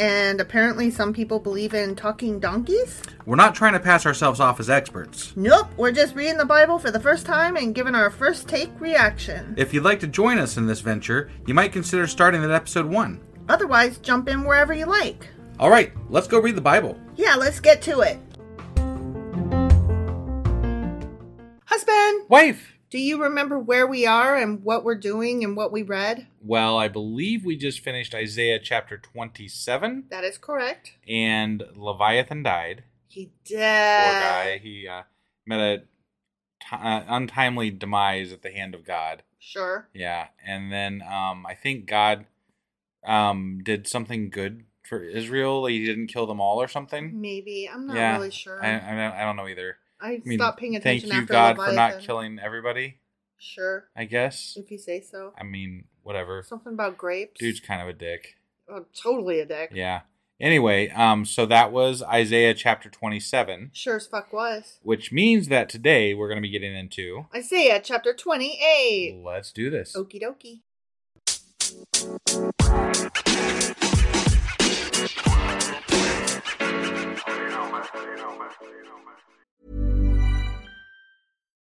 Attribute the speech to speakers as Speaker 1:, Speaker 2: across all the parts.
Speaker 1: and apparently some people believe in talking donkeys?
Speaker 2: We're not trying to pass ourselves off as experts.
Speaker 1: Nope, we're just reading the Bible for the first time and giving our first take reaction.
Speaker 2: If you'd like to join us in this venture, you might consider starting at episode 1.
Speaker 1: Otherwise, jump in wherever you like.
Speaker 2: All right, let's go read the Bible.
Speaker 1: Yeah, let's get to it. Husband,
Speaker 2: Wife!
Speaker 1: do you remember where we are and what we're doing and what we read?
Speaker 2: Well, I believe we just finished Isaiah chapter 27
Speaker 1: That is correct.
Speaker 2: and Leviathan died.
Speaker 1: He
Speaker 2: Poor
Speaker 1: did.
Speaker 2: guy. He uh, met a ti uh, untimely demise at the hand of God.
Speaker 1: Sure.
Speaker 2: Yeah. And then um, I think God um, did something good for Israel. He didn't kill them all or something.
Speaker 1: Maybe. I'm not
Speaker 2: Yeah,
Speaker 1: really sure.
Speaker 2: I, I,
Speaker 1: I,
Speaker 2: don't, I don't know either. I
Speaker 1: stopped paying
Speaker 2: Thank
Speaker 1: attention
Speaker 2: you,
Speaker 1: Mm-hmm. after
Speaker 2: God,
Speaker 1: Leviathan.
Speaker 2: for not killing everybody,
Speaker 1: Sure,
Speaker 2: I guess.
Speaker 1: if you say so.
Speaker 2: I mean, whatever.
Speaker 1: Something about grapes.
Speaker 2: Dude's kind of a dick.
Speaker 1: Oh, totally a dick.
Speaker 2: Yeah. Anyway, um, so that was Isaiah chapter 27,
Speaker 1: Sure as fuck was.
Speaker 2: which means that today we're going to be getting into.
Speaker 1: Isaiah chapter 28.
Speaker 2: Let's do this.
Speaker 1: Okie dokie.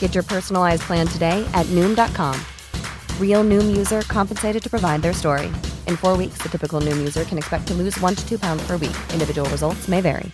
Speaker 3: Get your personalized plan today at Noom.com. Real Noom user compensated to provide their story. In four weeks, the typical Noom user can expect to lose one to two pounds per week. Individual results may vary.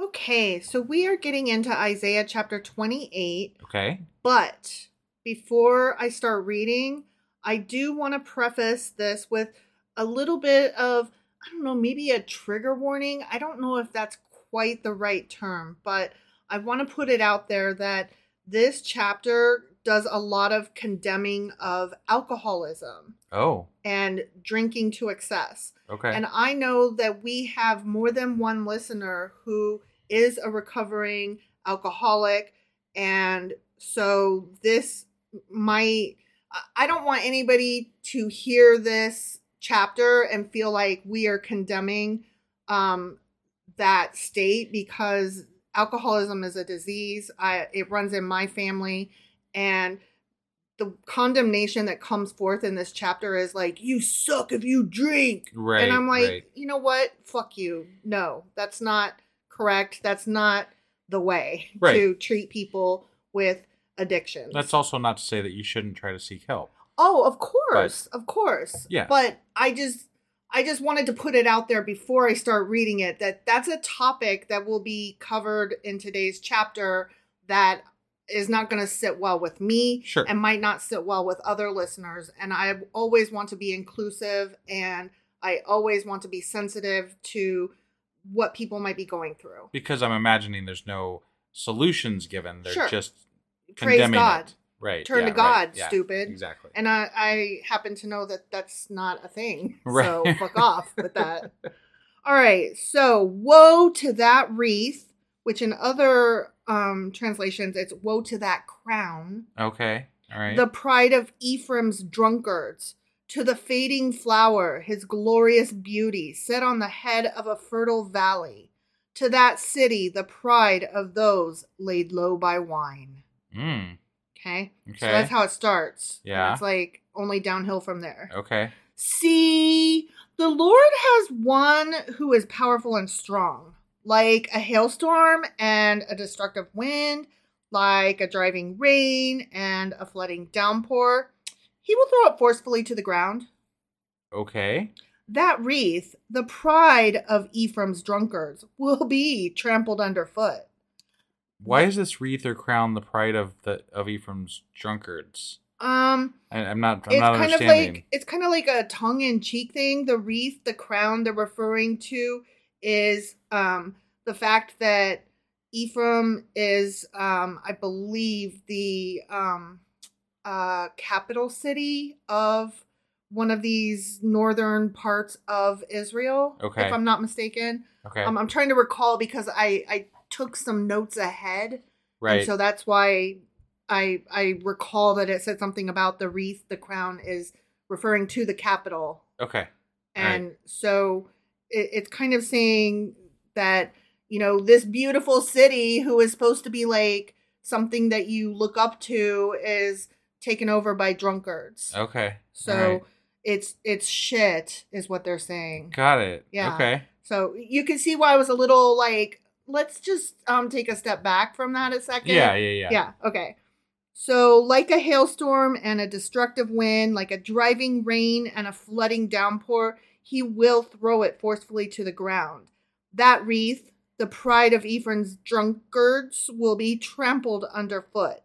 Speaker 1: Okay, so we are getting into Isaiah chapter 28,
Speaker 2: Okay.
Speaker 1: but before I start reading, I do want to preface this with a little bit of, I don't know, maybe a trigger warning. I don't know if that's quite the right term, but I want to put it out there that this chapter does a lot of condemning of alcoholism
Speaker 2: Oh,
Speaker 1: and drinking to excess.
Speaker 2: okay.
Speaker 1: And I know that we have more than one listener who is a recovering alcoholic. And so this might, I- I don't want anybody to hear this chapter and feel like we are condemning um, that state because alcoholism is a disease. I, it runs in my family. And the condemnation that comes forth in this chapter is like, you suck if you drink.
Speaker 2: Right,
Speaker 1: And I'm like,
Speaker 2: right.
Speaker 1: you know what? Fuck you. No, that's not correct. That's not the way
Speaker 2: Right.
Speaker 1: to treat people with addiction.
Speaker 2: That's also not to say that you shouldn't try to seek help.
Speaker 1: Oh, of course, of course.
Speaker 2: Yeah.
Speaker 1: But I just, I just wanted to put it out there before I start reading it that that's a topic that will be covered in today's chapter that is not going to sit well with me
Speaker 2: Sure.
Speaker 1: and might not sit well with other listeners. And I always want to be inclusive and I always want to be sensitive to what people might be going through.
Speaker 2: Because I'm imagining there's no solutions given. They're
Speaker 1: Sure.
Speaker 2: just
Speaker 1: Praise
Speaker 2: condemning
Speaker 1: God.
Speaker 2: it. Right.
Speaker 1: Turn
Speaker 2: yeah,
Speaker 1: to God,
Speaker 2: right, yeah,
Speaker 1: stupid.
Speaker 2: Exactly.
Speaker 1: And I, I happen to know that that's not a thing. So
Speaker 2: Right.
Speaker 1: fuck off with that. All right. So woe to that wreath, which in other um, translations, it's woe to that crown,
Speaker 2: okay. All right.
Speaker 1: the pride of Ephraim's drunkards, to the fading flower, his glorious beauty, set on the head of a fertile valley, to that city, the pride of those laid low by wine.
Speaker 2: mm,
Speaker 1: Okay. So
Speaker 2: Okay.
Speaker 1: that's how it starts. And
Speaker 2: Yeah.
Speaker 1: It's like only downhill from there.
Speaker 2: okay.
Speaker 1: See, the Lord has one who is powerful and strong, like a hailstorm and a destructive wind, like a driving rain and a flooding downpour. He will throw it forcefully to the ground.
Speaker 2: Okay.
Speaker 1: That wreath, the pride of Ephraim's drunkards, will be trampled underfoot.
Speaker 2: Why is this wreath or crown the pride of the of Ephraim's drunkards?
Speaker 1: Um,
Speaker 2: I, I'm not. I'm
Speaker 1: it's
Speaker 2: not
Speaker 1: kind of
Speaker 2: understanding.
Speaker 1: like it's kind of like a tongue in cheek thing. The wreath, the crown they're referring to is um the fact that Ephraim is um I believe the um uh capital city of one of these northern parts of Israel,
Speaker 2: Okay.
Speaker 1: if I'm not mistaken.
Speaker 2: okay.
Speaker 1: Um, I'm trying to recall because I I took some notes ahead.
Speaker 2: right.
Speaker 1: And so that's why I I recall that it said something about the wreath, the crown is referring to the capital.
Speaker 2: okay. All right.
Speaker 1: And so it, it's kind of saying that, you know, this beautiful city who is supposed to be like something that you look up to is taken over by drunkards.
Speaker 2: Okay.
Speaker 1: So
Speaker 2: All Oh, right.
Speaker 1: it's it's shit is what they're saying.
Speaker 2: Got it.
Speaker 1: Yeah.
Speaker 2: Okay.
Speaker 1: So you can see why I was a little like, let's just um take a step back from that a second.
Speaker 2: Yeah, yeah, yeah.
Speaker 1: Yeah, okay. So, like a hailstorm and a destructive wind, like a driving rain and a flooding downpour, he will throw it forcefully to the ground. That wreath, the pride of Ephraim's drunkards, will be trampled underfoot.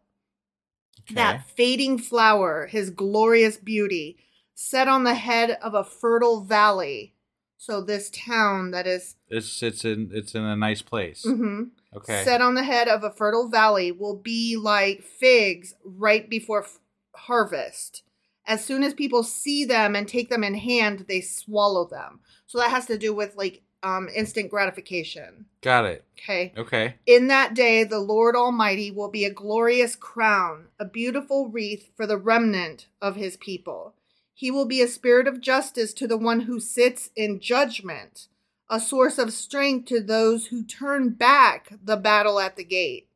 Speaker 1: That fading flower, his glorious beauty, set on the head of a fertile valley. So, this town that is-
Speaker 2: It's it's in it's in a nice place.
Speaker 1: mhm,
Speaker 2: Okay.
Speaker 1: set on the head of a fertile valley will be like figs right before f- harvest. As soon as people see them and take them in hand, they swallow them. So that has to do with like um, instant gratification.
Speaker 2: Got it.
Speaker 1: Okay.
Speaker 2: Okay.
Speaker 1: In that day, the Lord Almighty will be a glorious crown, a beautiful wreath for the remnant of his people. He will be a spirit of justice to the one who sits in judgment, a source of strength to those who turn back the battle at the gate.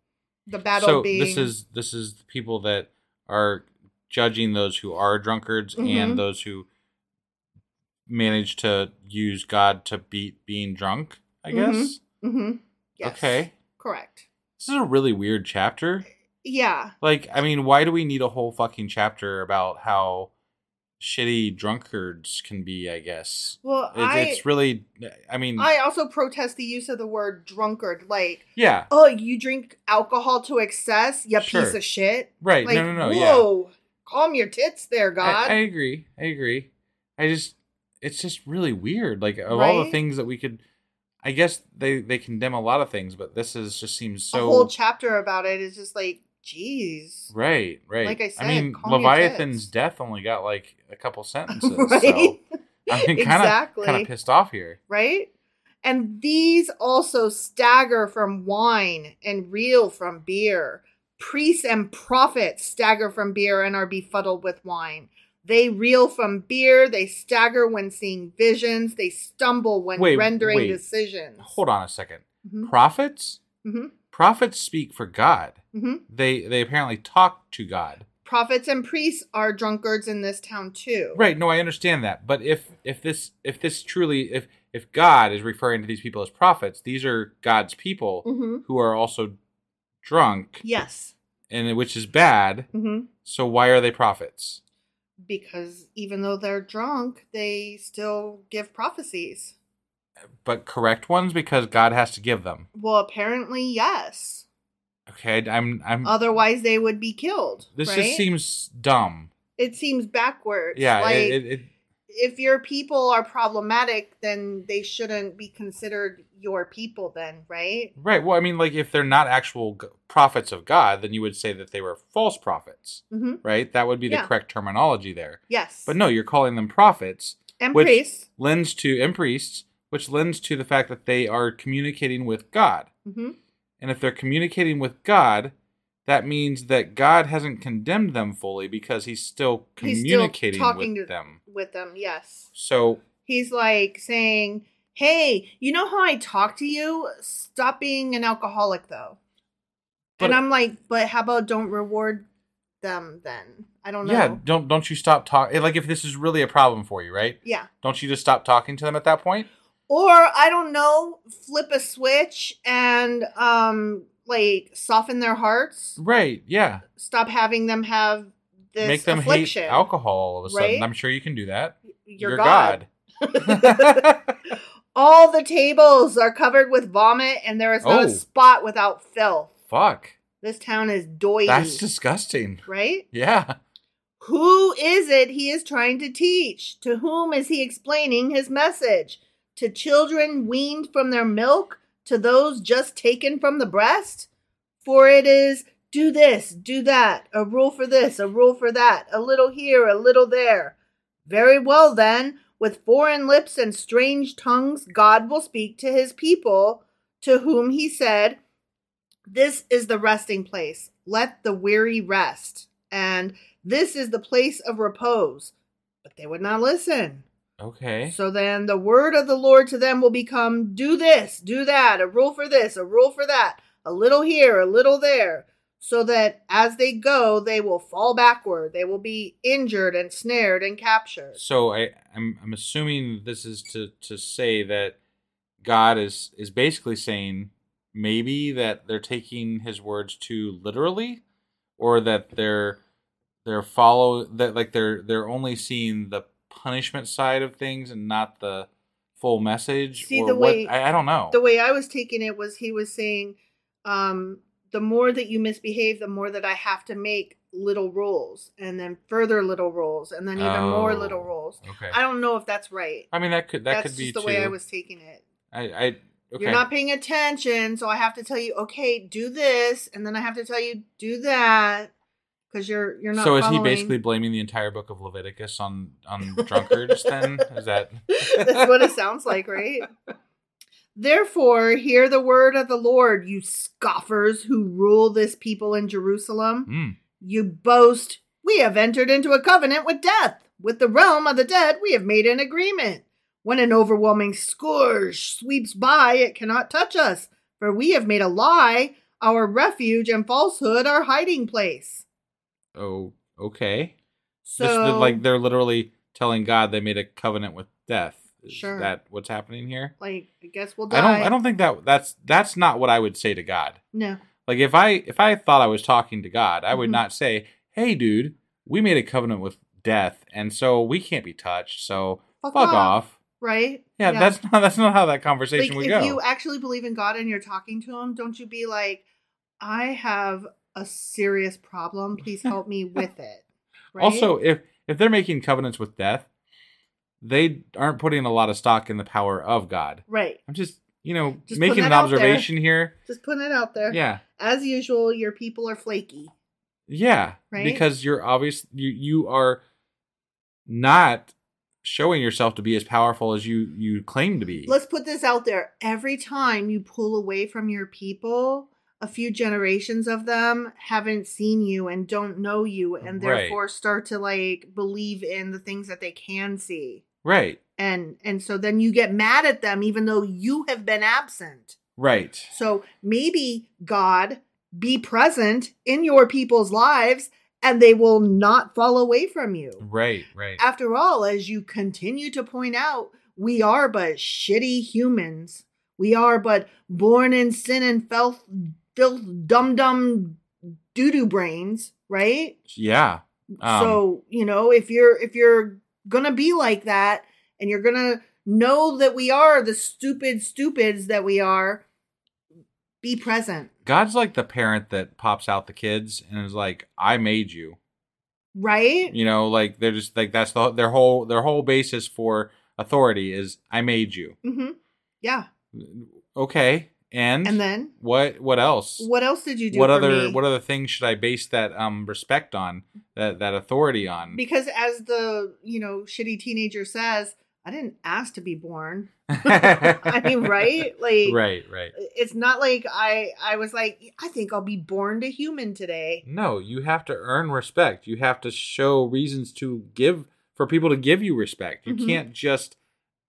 Speaker 1: The battle
Speaker 2: so
Speaker 1: being.
Speaker 2: this is this is the people that are judging those who are drunkards
Speaker 1: Mhm.
Speaker 2: and those who manage to use God to beat being drunk. I guess.
Speaker 1: Mhm. Mhm. Yes.
Speaker 2: Okay.
Speaker 1: Correct.
Speaker 2: This is a really weird chapter.
Speaker 1: Yeah.
Speaker 2: Like, I mean, why do we need a whole fucking chapter about how shitty drunkards can be? I guess.
Speaker 1: Well,
Speaker 2: It's,
Speaker 1: I-
Speaker 2: it's really. I mean,
Speaker 1: I also protest the use of the word drunkard. Like,
Speaker 2: yeah.
Speaker 1: oh, you drink alcohol to excess, you
Speaker 2: Sure.
Speaker 1: piece of shit.
Speaker 2: Right.
Speaker 1: Like,
Speaker 2: no. No. No. yeah.
Speaker 1: whoa, calm your tits there, God.
Speaker 2: I, I agree. I agree. I just, it's just really weird. Like of all the
Speaker 1: Right?
Speaker 2: things that we could, I guess they they condemn a lot of things, but this is just seems
Speaker 1: a
Speaker 2: so
Speaker 1: whole chapter about it is just like, jeez.
Speaker 2: right. Right.
Speaker 1: Like I said,
Speaker 2: mean,
Speaker 1: calm your
Speaker 2: Leviathan's
Speaker 1: tits.
Speaker 2: death only got like a couple sentences. So
Speaker 1: Right?
Speaker 2: I'm kind of kind
Speaker 1: Exactly.
Speaker 2: of pissed off here.
Speaker 1: Right? And these also stagger from wine and reel from beer. Priests and prophets stagger from beer and are befuddled with wine. They reel from beer. They stagger when seeing visions. They stumble when
Speaker 2: Wait,
Speaker 1: rendering
Speaker 2: wait.
Speaker 1: decisions.
Speaker 2: Hold on a 2nd
Speaker 1: Mhm.
Speaker 2: Prophets?
Speaker 1: Mhm.
Speaker 2: Prophets speak for God.
Speaker 1: Mhm.
Speaker 2: They they apparently talk to God.
Speaker 1: Prophets and priests are drunkards in this town too.
Speaker 2: Right, no, I understand that. But if if this if this truly if if God is referring to these people as prophets, these are God's people
Speaker 1: Mhm.
Speaker 2: who are also drunk
Speaker 1: Yes.
Speaker 2: and which is bad.
Speaker 1: hmm
Speaker 2: So why are they prophets?
Speaker 1: Because even though they're drunk, they still give prophecies.
Speaker 2: But correct ones because God has to give them.
Speaker 1: Well, apparently, yes.
Speaker 2: Okay, I'm I'm
Speaker 1: Otherwise, they would be killed.
Speaker 2: Hmm. this
Speaker 1: right?
Speaker 2: just seems dumb.
Speaker 1: It seems backwards.
Speaker 2: Yeah,
Speaker 1: Like,
Speaker 2: it, it, it,
Speaker 1: if your people are problematic, then they shouldn't be considered your people, then, right?
Speaker 2: Right. Well, I mean, like if they're not actual g- prophets of God, then you would say that they were false prophets,
Speaker 1: hmm
Speaker 2: right? That would be the
Speaker 1: Yeah.
Speaker 2: correct terminology there.
Speaker 1: Yes.
Speaker 2: But no, you're calling them prophets
Speaker 1: And
Speaker 2: which-
Speaker 1: priests.
Speaker 2: lends to and priests, which lends to the fact that they are communicating with God.
Speaker 1: hmm
Speaker 2: And if they're communicating with God, that means that God hasn't condemned them fully because he's still
Speaker 1: He's still
Speaker 2: communicating
Speaker 1: talking
Speaker 2: with
Speaker 1: to-
Speaker 2: them.
Speaker 1: With them, yes.
Speaker 2: So
Speaker 1: He's like saying, hey, you know how I talk to you? Stop being an alcoholic, though.
Speaker 2: But-
Speaker 1: and I'm like, but how about don't reward them then? I don't know.
Speaker 2: yeah, don't don't you stop talking. Like if this is really a problem for you, right?
Speaker 1: Yeah.
Speaker 2: Don't you just stop talking to them at that point?
Speaker 1: Or I don't know, flip a switch and um like soften their hearts.
Speaker 2: Right. Yeah.
Speaker 1: Stop having them have this
Speaker 2: make them
Speaker 1: affliction.
Speaker 2: hate alcohol all of a sudden.
Speaker 1: right?
Speaker 2: I'm sure you can do that.
Speaker 1: Your
Speaker 2: You're
Speaker 1: God. All the tables are covered with vomit, and there is not
Speaker 2: Oh.
Speaker 1: a spot without filth.
Speaker 2: Fuck.
Speaker 1: This town is doily.
Speaker 2: That's disgusting.
Speaker 1: right.
Speaker 2: Yeah.
Speaker 1: Who is it he is trying to teach? To whom is he explaining his message? To children weaned from their milk? To those just taken from the breast? For it is do this, do that, a rule for this, a rule for that, a little here, a little there. Very well then, with foreign lips and strange tongues, God will speak to his people, to whom he said, this is the resting place. Let the weary rest. And this is the place of repose. But they would not listen.
Speaker 2: Okay.
Speaker 1: So then the word of the Lord to them will become do this, do that, a rule for this, a rule for that, a little here, a little there. So that as they go, they will fall backward. They will be injured and snared and captured.
Speaker 2: So I, I'm I'm assuming this is to to say that God is is basically saying maybe that they're taking his words too literally, or that they're they're follow that like they're they're only seeing the punishment side of things and not the full message.
Speaker 1: See,
Speaker 2: or
Speaker 1: the
Speaker 2: what,
Speaker 1: way-
Speaker 2: I, I don't know.
Speaker 1: The way I was taking it was he was saying, um, the more that you misbehave, the more that I have to make little rules and then further little rules and then even more
Speaker 2: Oh,
Speaker 1: little rules.
Speaker 2: okay.
Speaker 1: I don't know if that's right.
Speaker 2: I mean, that could that
Speaker 1: that's
Speaker 2: could
Speaker 1: just
Speaker 2: be
Speaker 1: the
Speaker 2: too.
Speaker 1: way I was taking it.
Speaker 2: I, I okay.
Speaker 1: You're not paying attention, so I have to tell you, okay, do this, and then I have to tell you, do that, because you're you're not.
Speaker 2: so is he
Speaker 1: following.
Speaker 2: basically blaming the entire book of Leviticus on on drunkards? then is that
Speaker 1: That's what it sounds like, right? Therefore, hear the word of the Lord, you scoffers who rule this people in Jerusalem.
Speaker 2: Hmm.
Speaker 1: You boast, we have entered into a covenant with death. With the realm of the dead, we have made an agreement. When an overwhelming scourge sweeps by, it cannot touch us, for we have made a lie our refuge and falsehood our hiding place.
Speaker 2: Oh, okay.
Speaker 1: So,
Speaker 2: This- they're, like they're literally telling God they made a covenant with death. Is
Speaker 1: Sure.
Speaker 2: that what's happening here?
Speaker 1: like, I guess we'll die.
Speaker 2: I don't. I don't think that that's that's not what I would say to God.
Speaker 1: No.
Speaker 2: Like if I if I thought I was talking to God, I would
Speaker 1: Mhm.
Speaker 2: not say, "Hey, dude, we made a covenant with death, and so we can't be touched. So fuck,
Speaker 1: Fuck
Speaker 2: off."
Speaker 1: off." Right?
Speaker 2: Yeah, that's not that's not how that conversation
Speaker 1: like
Speaker 2: would
Speaker 1: if
Speaker 2: go.
Speaker 1: you actually believe in God and you're talking to Him, don't you be like, "I have a serious problem. Please help me with it." Right?
Speaker 2: Also, if if they're making covenants with death, they aren't putting a lot of stock in the power of God.
Speaker 1: right,
Speaker 2: I'm just, you know,
Speaker 1: Just
Speaker 2: making
Speaker 1: putting
Speaker 2: an
Speaker 1: that out there.
Speaker 2: observation here.
Speaker 1: just putting it out there.
Speaker 2: Yeah.
Speaker 1: As usual, your people are flaky.
Speaker 2: Yeah.
Speaker 1: Right?
Speaker 2: Because you're obvious you you are not showing yourself to be as powerful as you you claim to be.
Speaker 1: Let's put this out there. Every time you pull away from your people, a few generations of them haven't seen you and don't know you and
Speaker 2: Right.
Speaker 1: therefore start to like believe in the things that they can see
Speaker 2: Right.
Speaker 1: and and so then you get mad at them even though you have been absent
Speaker 2: Right.
Speaker 1: so maybe god be present in your people's lives and they will not fall away from you
Speaker 2: Right. Right.
Speaker 1: after all as you continue to point out we are but shitty humans we are but born in sin and filth filth dum dum doo doo brains right
Speaker 2: Yeah. Um,
Speaker 1: so you know if you're if you're gonna be like that and you're gonna know that we are the stupid stupids that we are be present
Speaker 2: God's like the parent that pops out the kids and is like, "I made you."
Speaker 1: right
Speaker 2: You know, like they're just like that's the their whole their whole basis for authority is "I made you."
Speaker 1: mm-hmm. yeah
Speaker 2: Okay, and
Speaker 1: and then
Speaker 2: what what else?
Speaker 1: what else did you do
Speaker 2: what
Speaker 1: for
Speaker 2: other
Speaker 1: me?
Speaker 2: what other things should I base that um respect on that that authority on?
Speaker 1: because as the you know shitty teenager says i didn't ask to be born i mean right like
Speaker 2: right, right.
Speaker 1: it's not like i i was like i think i'll be born to human today
Speaker 2: No, you have to earn respect. You have to show reasons to give for people to give you respect. You
Speaker 1: Mhm.
Speaker 2: can't just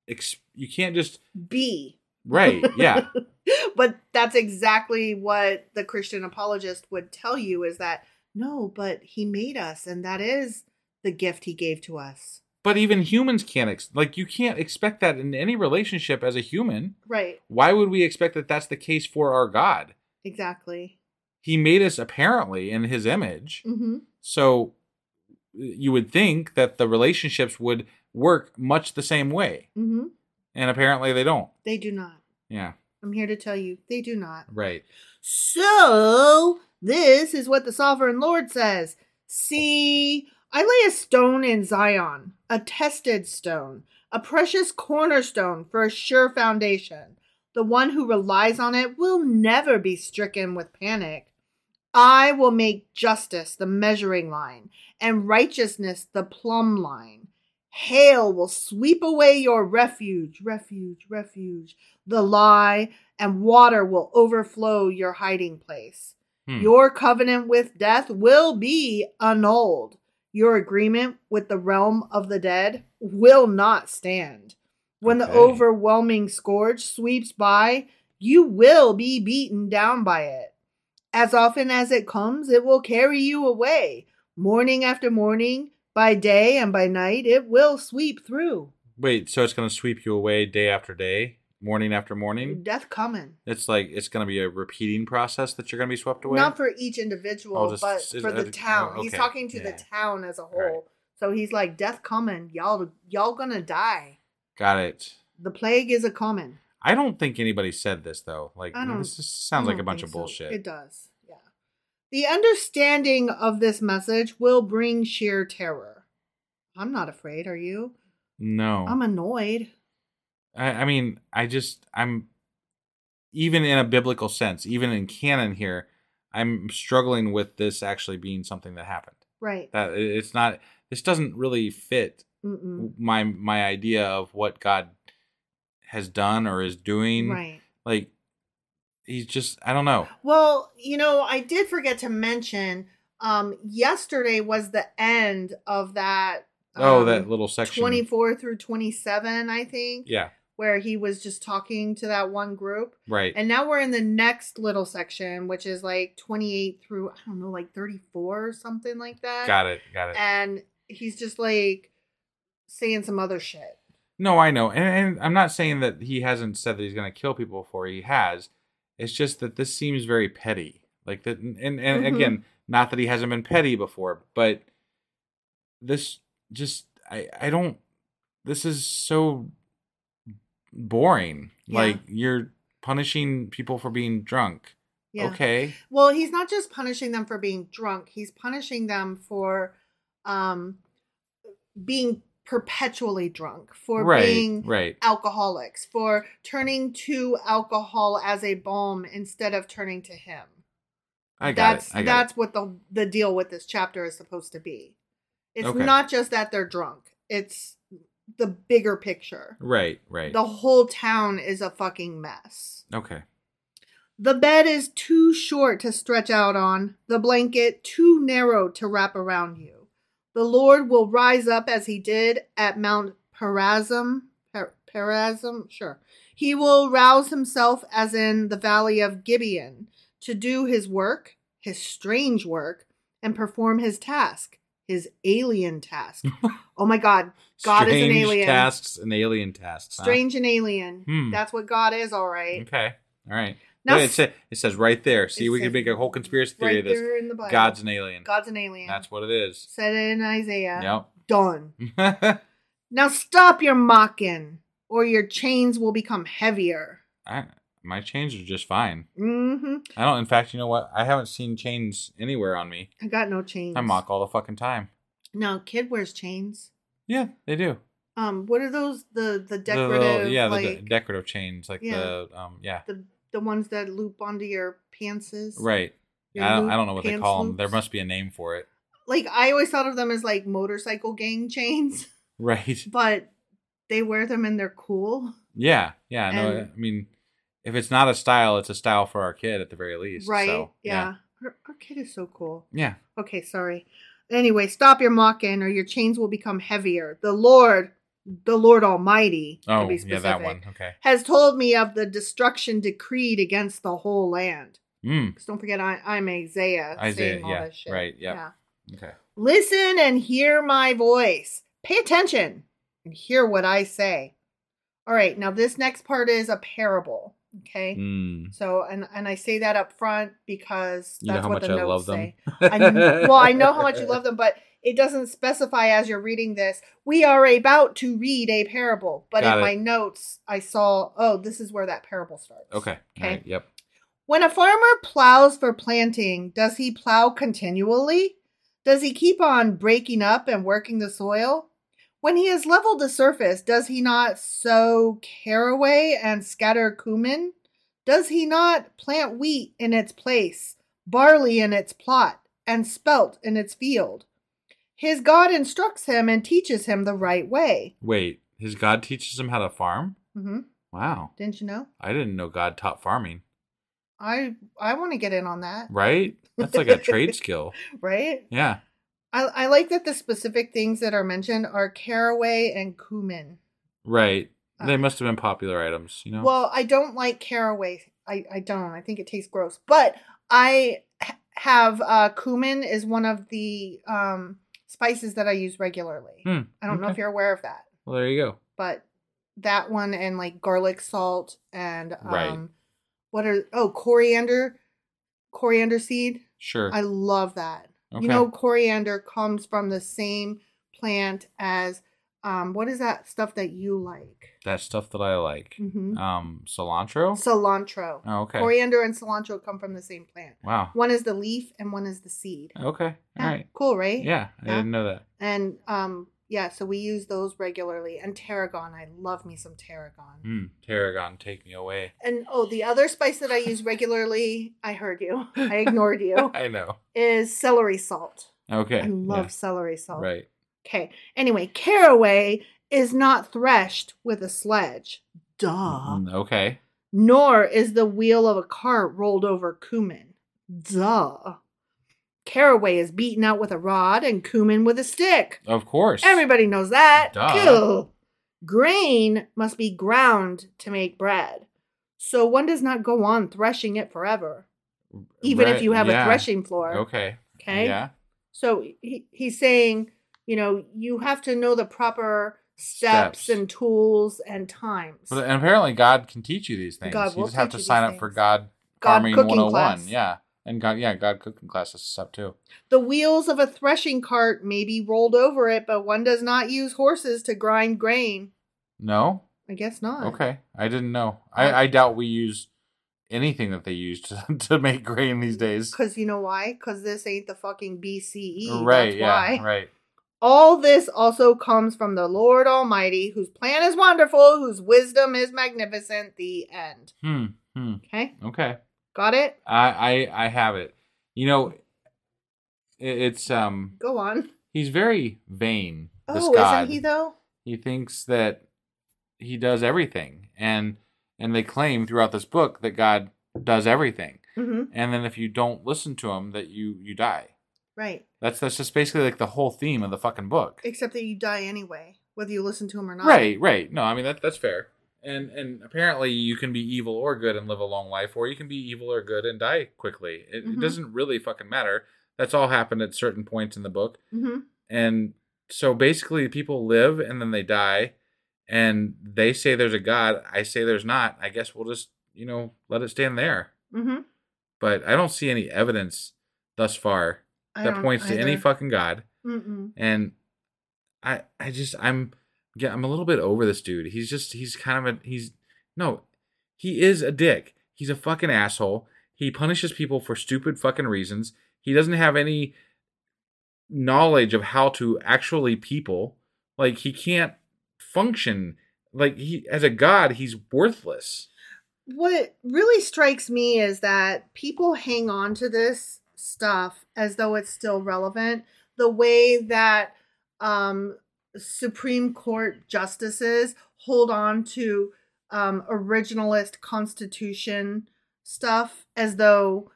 Speaker 2: ex- you can't just
Speaker 1: be
Speaker 2: right. Yeah.
Speaker 1: but that's exactly what the Christian apologist would tell you is that no, but he made us and that is the gift he gave to us.
Speaker 2: But even humans can't ex- like you can't expect that in any relationship as a human.
Speaker 1: Right.
Speaker 2: Why would we expect that that's the case for our God?
Speaker 1: Exactly.
Speaker 2: He made us apparently in his image.
Speaker 1: Mm-hmm.
Speaker 2: So you would think that the relationships would work much the same way,
Speaker 1: Mm-hmm.
Speaker 2: and apparently they don't.
Speaker 1: They do not.
Speaker 2: Yeah,
Speaker 1: I'm here to tell you, they do not.
Speaker 2: right.
Speaker 1: So, this is what the sovereign Lord says See, I lay a stone in Zion, a tested stone, a precious cornerstone for a sure foundation. The one who relies on it will never be stricken with panic. I will make justice the measuring line, and righteousness the plumb line. Hail will sweep away your refuge, refuge, refuge, the lie, and water will overflow your hiding place.
Speaker 2: Hmm.
Speaker 1: Your covenant with death will be annulled. Your agreement with the realm of the dead will not stand. When the
Speaker 2: Okay.
Speaker 1: overwhelming scourge sweeps by, you will be beaten down by it. As often as it comes, it will carry you away. Morning after morning, by day and by night, it will sweep through.
Speaker 2: Wait, so it's going to sweep you away day after day, morning after morning.
Speaker 1: Death coming.
Speaker 2: It's like it's going to be a repeating process that you're going to be swept away.
Speaker 1: Not for each individual,
Speaker 2: Oh, just-
Speaker 1: but
Speaker 2: is-
Speaker 1: for
Speaker 2: uh,
Speaker 1: the town.
Speaker 2: oh,
Speaker 1: He's
Speaker 2: okay.
Speaker 1: talking to
Speaker 2: Yeah.
Speaker 1: the town as a whole.
Speaker 2: Right.
Speaker 1: So he's like, "Death coming, y'all, y'all gonna die.
Speaker 2: Got it.
Speaker 1: The plague is a coming."
Speaker 2: I don't think anybody said this though. Like
Speaker 1: I don't.
Speaker 2: this just sounds
Speaker 1: I
Speaker 2: like a
Speaker 1: don't
Speaker 2: bunch
Speaker 1: think
Speaker 2: of
Speaker 1: Mm, so.
Speaker 2: bullshit.
Speaker 1: It does. Yeah. The understanding of this message will bring sheer terror. I'm not afraid. Are you?
Speaker 2: No,
Speaker 1: I'm annoyed.
Speaker 2: I, I mean, I just I'm even in a biblical sense, even in canon here, I'm struggling with this actually being something that happened.
Speaker 1: Right.
Speaker 2: That it- it's not. This doesn't really fit
Speaker 1: Mm-mm.
Speaker 2: my my idea of what God has done or is doing.
Speaker 1: Right.
Speaker 2: Like he's just I don't know.
Speaker 1: Well, you know, I did forget to mention. Um, yesterday was the end of that.
Speaker 2: Oh,
Speaker 1: um,
Speaker 2: that little section.
Speaker 1: 24 through 27, I think,
Speaker 2: Yeah.
Speaker 1: where he was just talking to that one group.
Speaker 2: Right.
Speaker 1: And now we're in the next little section, which is like 28 through, I don't know, like 34 or something like that.
Speaker 2: got it. Got it.
Speaker 1: And he's just like saying some other shit.
Speaker 2: No, I know, and, and I'm not saying that he hasn't said that he's going to kill people before. He has. It's just that this seems very petty. Like that, and and, and
Speaker 1: Mhm.
Speaker 2: again, not that he hasn't been petty before, but this just I I don't. This is so boring.
Speaker 1: Yeah.
Speaker 2: Like you're punishing people for being drunk.
Speaker 1: Yeah.
Speaker 2: Okay.
Speaker 1: Well, he's not just punishing them for being drunk, he's punishing them for um being perpetually drunk, for
Speaker 2: right.
Speaker 1: being
Speaker 2: right.
Speaker 1: alcoholics for turning to alcohol as a balm instead of turning to him.
Speaker 2: I got
Speaker 1: that's
Speaker 2: it. I got
Speaker 1: that's
Speaker 2: it.
Speaker 1: what the the deal with this chapter is supposed to be. It's
Speaker 2: Okay.
Speaker 1: not just that they're drunk. It's the bigger picture.
Speaker 2: Right. Right.
Speaker 1: The whole town is a fucking mess.
Speaker 2: Okay.
Speaker 1: The bed is too short to stretch out on, the blanket too narrow to wrap around you. The Lord will rise up as he did at Mount Perazim. Per- Perazim? Sure. He will rouse himself as in the valley of Gibeon to do his work, his strange work, and perform his task, his alien task. oh my God. God
Speaker 2: Strange
Speaker 1: is an alien.
Speaker 2: tasks and alien tasks. huh?
Speaker 1: Strange and alien.
Speaker 2: Hmm.
Speaker 1: That's what God is, all right.
Speaker 2: Okay. All right.
Speaker 1: Now-
Speaker 2: Wait, it, sa- it says right there. See,
Speaker 1: It
Speaker 2: we can
Speaker 1: says
Speaker 2: make a whole conspiracy theory of
Speaker 1: right
Speaker 2: this.
Speaker 1: there in the Bible.
Speaker 2: God's an alien.
Speaker 1: God's an alien.
Speaker 2: That's what it is.
Speaker 1: said it in Isaiah.
Speaker 2: Yep.
Speaker 1: Done. Now stop your mocking, or your chains will become heavier.
Speaker 2: I, my chains are just fine.
Speaker 1: Mm-hmm.
Speaker 2: I don't. In fact, you know what? I haven't seen chains anywhere on me.
Speaker 1: I got no chains.
Speaker 2: I mock all the fucking time.
Speaker 1: No, kid wears chains.
Speaker 2: Yeah, they do.
Speaker 1: Um, what are those? The the
Speaker 2: The little-
Speaker 1: decorative,
Speaker 2: yeah,
Speaker 1: like
Speaker 2: the de- decorative chains, like
Speaker 1: Yeah.
Speaker 2: the um, yeah,
Speaker 1: the the ones that loop onto your pantses.
Speaker 2: right.
Speaker 1: Your
Speaker 2: I,
Speaker 1: loop-
Speaker 2: I don't know what they
Speaker 1: pants
Speaker 2: call them. There
Speaker 1: loops.
Speaker 2: must be a name for it.
Speaker 1: Like I always thought of them as like motorcycle gang chains,
Speaker 2: Right.
Speaker 1: but they wear them and they're cool,
Speaker 2: Yeah. Yeah. No.
Speaker 1: And-
Speaker 2: I mean, if it's not a style, it's a style for our kid at the very least.
Speaker 1: right?
Speaker 2: So,
Speaker 1: yeah. Our, our kid is so cool.
Speaker 2: Yeah.
Speaker 1: Okay, sorry. Anyway, stop your mocking, or your chains will become heavier. The Lord, the Lord Almighty, to
Speaker 2: Oh,
Speaker 1: be
Speaker 2: yeah, that
Speaker 1: specific,
Speaker 2: one. Okay.
Speaker 1: has told me of the destruction decreed against the whole land.
Speaker 2: Mm.
Speaker 1: 'Cause don't forget, I, I'm Isaiah,
Speaker 2: Isaiah,
Speaker 1: saying all
Speaker 2: yeah,
Speaker 1: this shit.
Speaker 2: right, yep. Okay.
Speaker 1: Listen and hear my voice. Pay attention and hear what I say. All right, now this next part is a parable. Okay.
Speaker 2: Mm.
Speaker 1: So and and I say that up front because
Speaker 2: You know
Speaker 1: that's
Speaker 2: how
Speaker 1: what
Speaker 2: much
Speaker 1: the
Speaker 2: I
Speaker 1: notes
Speaker 2: love them.
Speaker 1: say. I kn- well, I know how much you love them, but it doesn't specify as you're reading this. We are about to read a parable, but
Speaker 2: Got
Speaker 1: in
Speaker 2: it.
Speaker 1: my notes, I saw, oh, this is where that parable starts.
Speaker 2: Okay. All
Speaker 1: Okay.
Speaker 2: right. Yep.
Speaker 1: When a farmer plows for planting, does he plow continually? Does he keep on breaking up and working the soil? When he has leveled the surface, does he not sow caraway and scatter cumin? Does he not plant wheat in its place, barley in its plot, and spelt in its field? His God instructs him and teaches him the right way.
Speaker 2: Wait. His God teaches him how to farm.
Speaker 1: hmm
Speaker 2: Wow.
Speaker 1: Didn't you know?
Speaker 2: I didn't know God taught farming.
Speaker 1: I I want to get in on that,
Speaker 2: Right? That's like a trade skill.
Speaker 1: right?
Speaker 2: Yeah.
Speaker 1: I, I like that the specific things that are mentioned are caraway and cumin.
Speaker 2: Right. They must have been popular items, you know?
Speaker 1: Uh, Well, I don't like caraway. I, I don't. I think it tastes gross. But I h- have uh, cumin is one of the um, spices that I use regularly.
Speaker 2: Hmm,
Speaker 1: I don't know if
Speaker 2: okay.
Speaker 1: you're aware of that,
Speaker 2: Well, there you go.
Speaker 1: but that one and like garlic salt and um,
Speaker 2: Right.
Speaker 1: what are oh coriander coriander seed.
Speaker 2: Sure.
Speaker 1: I love that.
Speaker 2: Okay.
Speaker 1: You know, coriander comes from the same plant as um, what is that stuff that you like?
Speaker 2: that stuff that I like.
Speaker 1: Mhm.
Speaker 2: Um, cilantro?
Speaker 1: Cilantro.
Speaker 2: Oh, okay.
Speaker 1: Coriander and cilantro come from the same plant.
Speaker 2: wow.
Speaker 1: One is the leaf and one is the seed.
Speaker 2: Okay. All
Speaker 1: Yeah,
Speaker 2: right.
Speaker 1: Cool, right?
Speaker 2: Yeah. I
Speaker 1: Yeah.
Speaker 2: didn't know that.
Speaker 1: And um, yeah, so we use those regularly. And tarragon, I love me some tarragon.
Speaker 2: Mm, tarragon, take me away.
Speaker 1: And oh, the other spice that I use regularly, I heard you, I ignored you,
Speaker 2: I know.
Speaker 1: is celery salt.
Speaker 2: Okay.
Speaker 1: I love
Speaker 2: yeah.
Speaker 1: celery salt.
Speaker 2: Right.
Speaker 1: Okay. Anyway, caraway is not threshed with a sledge. Duh.
Speaker 2: Mm, Okay.
Speaker 1: Nor is the wheel of a cart rolled over cumin. Duh. Caraway is beaten out with a rod and cumin with a stick.
Speaker 2: Of course.
Speaker 1: Everybody knows that.
Speaker 2: Duh.
Speaker 1: Cool. Grain must be ground to make bread. So one does not go on threshing it forever, even if
Speaker 2: Right,
Speaker 1: you have
Speaker 2: yeah.
Speaker 1: a threshing floor.
Speaker 2: Okay.
Speaker 1: Okay.
Speaker 2: Yeah.
Speaker 1: So he, he's saying, you know, you have to know the proper steps,
Speaker 2: Steps.
Speaker 1: and tools and times.
Speaker 2: But, and apparently, God can teach you these things.
Speaker 1: God
Speaker 2: you
Speaker 1: will
Speaker 2: just have
Speaker 1: teach
Speaker 2: to
Speaker 1: you
Speaker 2: sign
Speaker 1: these
Speaker 2: up for
Speaker 1: things.
Speaker 2: God,
Speaker 1: God
Speaker 2: Farming
Speaker 1: cooking
Speaker 2: 101.
Speaker 1: class.
Speaker 2: Yeah. And God, yeah, God cooking classes is up too.
Speaker 1: the wheels of a threshing cart may be rolled over it, but one does not use horses to grind grain.
Speaker 2: No?
Speaker 1: I guess not.
Speaker 2: Okay. I didn't know. I, I doubt we use anything that they use to, to make grain these days.
Speaker 1: Because you know why? Because this ain't the fucking BCE.
Speaker 2: Right.
Speaker 1: That's
Speaker 2: Yeah.
Speaker 1: why.
Speaker 2: Right.
Speaker 1: All this also comes from the Lord Almighty, whose plan is wonderful, whose wisdom is magnificent. The end.
Speaker 2: Hmm. Hmm.
Speaker 1: Okay?
Speaker 2: Okay.
Speaker 1: Got it?
Speaker 2: I, I I have it. You know, i- it's um
Speaker 1: Go on.
Speaker 2: he's very vain. This
Speaker 1: Oh,
Speaker 2: god.
Speaker 1: isn't he though?
Speaker 2: He thinks that he does everything, and and they claim throughout this book that God does everything.
Speaker 1: hmm
Speaker 2: And then if you don't listen to him, that you you die.
Speaker 1: Right.
Speaker 2: That's that's just basically like the whole theme of the fucking book.
Speaker 1: Except that you die anyway, whether you listen to him or not.
Speaker 2: Right, right. No, I mean that that's fair. And and apparently you can be evil or good and live a long life, or you can be evil or good and die quickly. It, it
Speaker 1: Mhm.
Speaker 2: doesn't really fucking matter. That's all happened at certain points in the book.
Speaker 1: hmm
Speaker 2: And so basically people live and then they die and they say there's a god, I say there's not. I guess we'll just, you know, let it stand there.
Speaker 1: hmm
Speaker 2: But I don't see any evidence thus far
Speaker 1: I
Speaker 2: that
Speaker 1: don't
Speaker 2: points to any
Speaker 1: either.
Speaker 2: fucking god.
Speaker 1: Mm-mm.
Speaker 2: and I I just I'm yeah I'm a little bit over this dude. He's just he's kind of a he's no he is a dick. He's a fucking asshole. He punishes people for stupid fucking reasons. He doesn't have any knowledge of how to actually people. Like he can't function. Like he as a god, he's worthless.
Speaker 1: What really strikes me is that people hang on to this stuff as though it's still relevant. The way that um, Supreme Court justices hold on to um, originalist Constitution stuff as though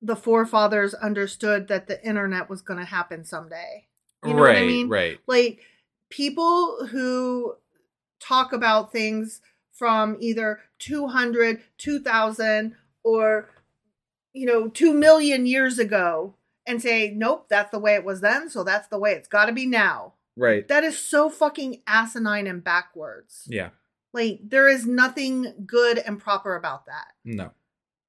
Speaker 1: the forefathers understood that the internet was going to happen someday. You know
Speaker 2: right,
Speaker 1: what I mean?
Speaker 2: right.
Speaker 1: like people who talk about things from either 200 2000 or you know 2 million years ago and say nope that's the way it was then so that's the way it's got to be now
Speaker 2: Right.
Speaker 1: that is so fucking asinine and backwards
Speaker 2: yeah.
Speaker 1: like there is nothing good and proper about that
Speaker 2: No.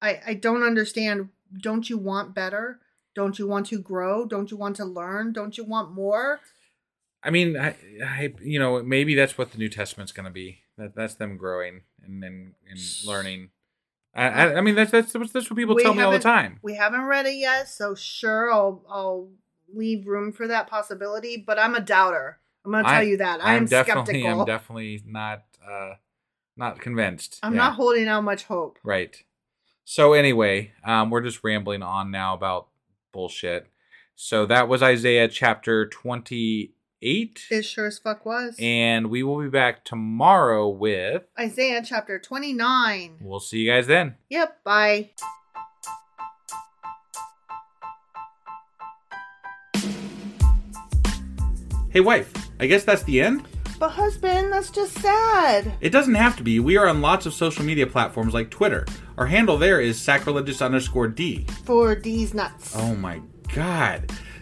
Speaker 1: i i don't understand don't you want better don't you want to grow don't you want to learn don't you want more
Speaker 2: I mean, I, I, you know, maybe that's what the New Testament's going to be. That that's them growing and and, and learning. I, I, I mean, that's that's what- that's what people
Speaker 1: We
Speaker 2: tell me all the
Speaker 1: haven't-
Speaker 2: time.
Speaker 1: We haven't read it yet, so sure, I'll I'll leave room for that possibility. But I'm a doubter. I'm gonna tell you that. I'm,
Speaker 2: definitely,
Speaker 1: skeptical.
Speaker 2: I'm
Speaker 1: I'm,
Speaker 2: definitely not, uh, not convinced. Yeah.
Speaker 1: not holding out much hope.
Speaker 2: right. So anyway, um, we're just rambling on now about bullshit. So that was Isaiah chapter twenty-eight,
Speaker 1: It sure as fuck was.
Speaker 2: and we will be back tomorrow with.
Speaker 1: Isaiah chapter 29.
Speaker 2: We'll see you guys then.
Speaker 1: Yep, bye.
Speaker 2: Hey, wife. I guess that's the end.
Speaker 1: But husband, that's just sad.
Speaker 2: It doesn't have to be. We are on lots of social media platforms like Twitter. Our handle there is sacrilegious underscore D.
Speaker 1: For these nuts.
Speaker 2: Oh my God.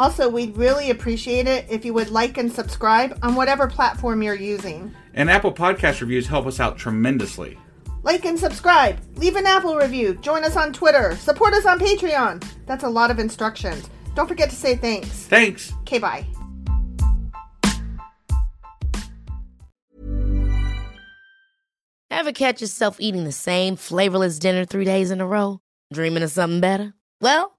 Speaker 1: Also, we'd really appreciate it if you would like and subscribe on whatever platform you're using.
Speaker 2: And Apple Podcast reviews help us out tremendously.
Speaker 1: Like and subscribe, leave an Apple review, join us on Twitter, support us on Patreon. That's a lot of instructions. Don't forget to say thanks.
Speaker 2: Thanks!
Speaker 1: Okay, bye.
Speaker 4: Ever catch yourself eating the same flavorless dinner three days in a row? Dreaming of something better? Well,